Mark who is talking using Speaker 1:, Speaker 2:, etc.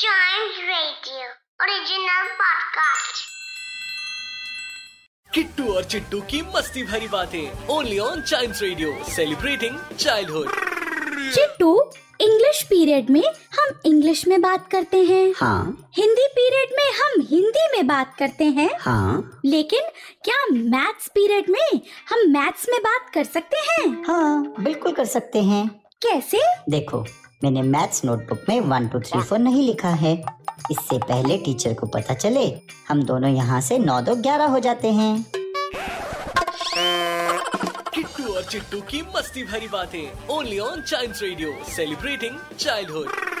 Speaker 1: Giant Radio, original podcast.
Speaker 2: Kittu और चिट्टू की मस्ती भरी बातें only on child radio celebrating childhood
Speaker 3: Chittu English period में हम इंग्लिश में बात करते हैं
Speaker 4: हाँ
Speaker 3: हिंदी पीरियड में हम हिंदी में बात करते हैं
Speaker 4: हाँ
Speaker 3: लेकिन क्या मैथ्स पीरियड में हम मैथ्स में बात कर सकते हैं
Speaker 4: हाँ बिल्कुल कर सकते हैं
Speaker 3: कैसे
Speaker 4: देखो मैंने मैथ्स नोटबुक में वन टू थ्री फोर नहीं लिखा है इससे पहले टीचर को पता चले हम दोनों यहाँ से नौ दो ग्यारह हो जाते हैं
Speaker 2: किट्टू और चिट्टू की मस्ती भरी बातें only on child radio celebrating childhood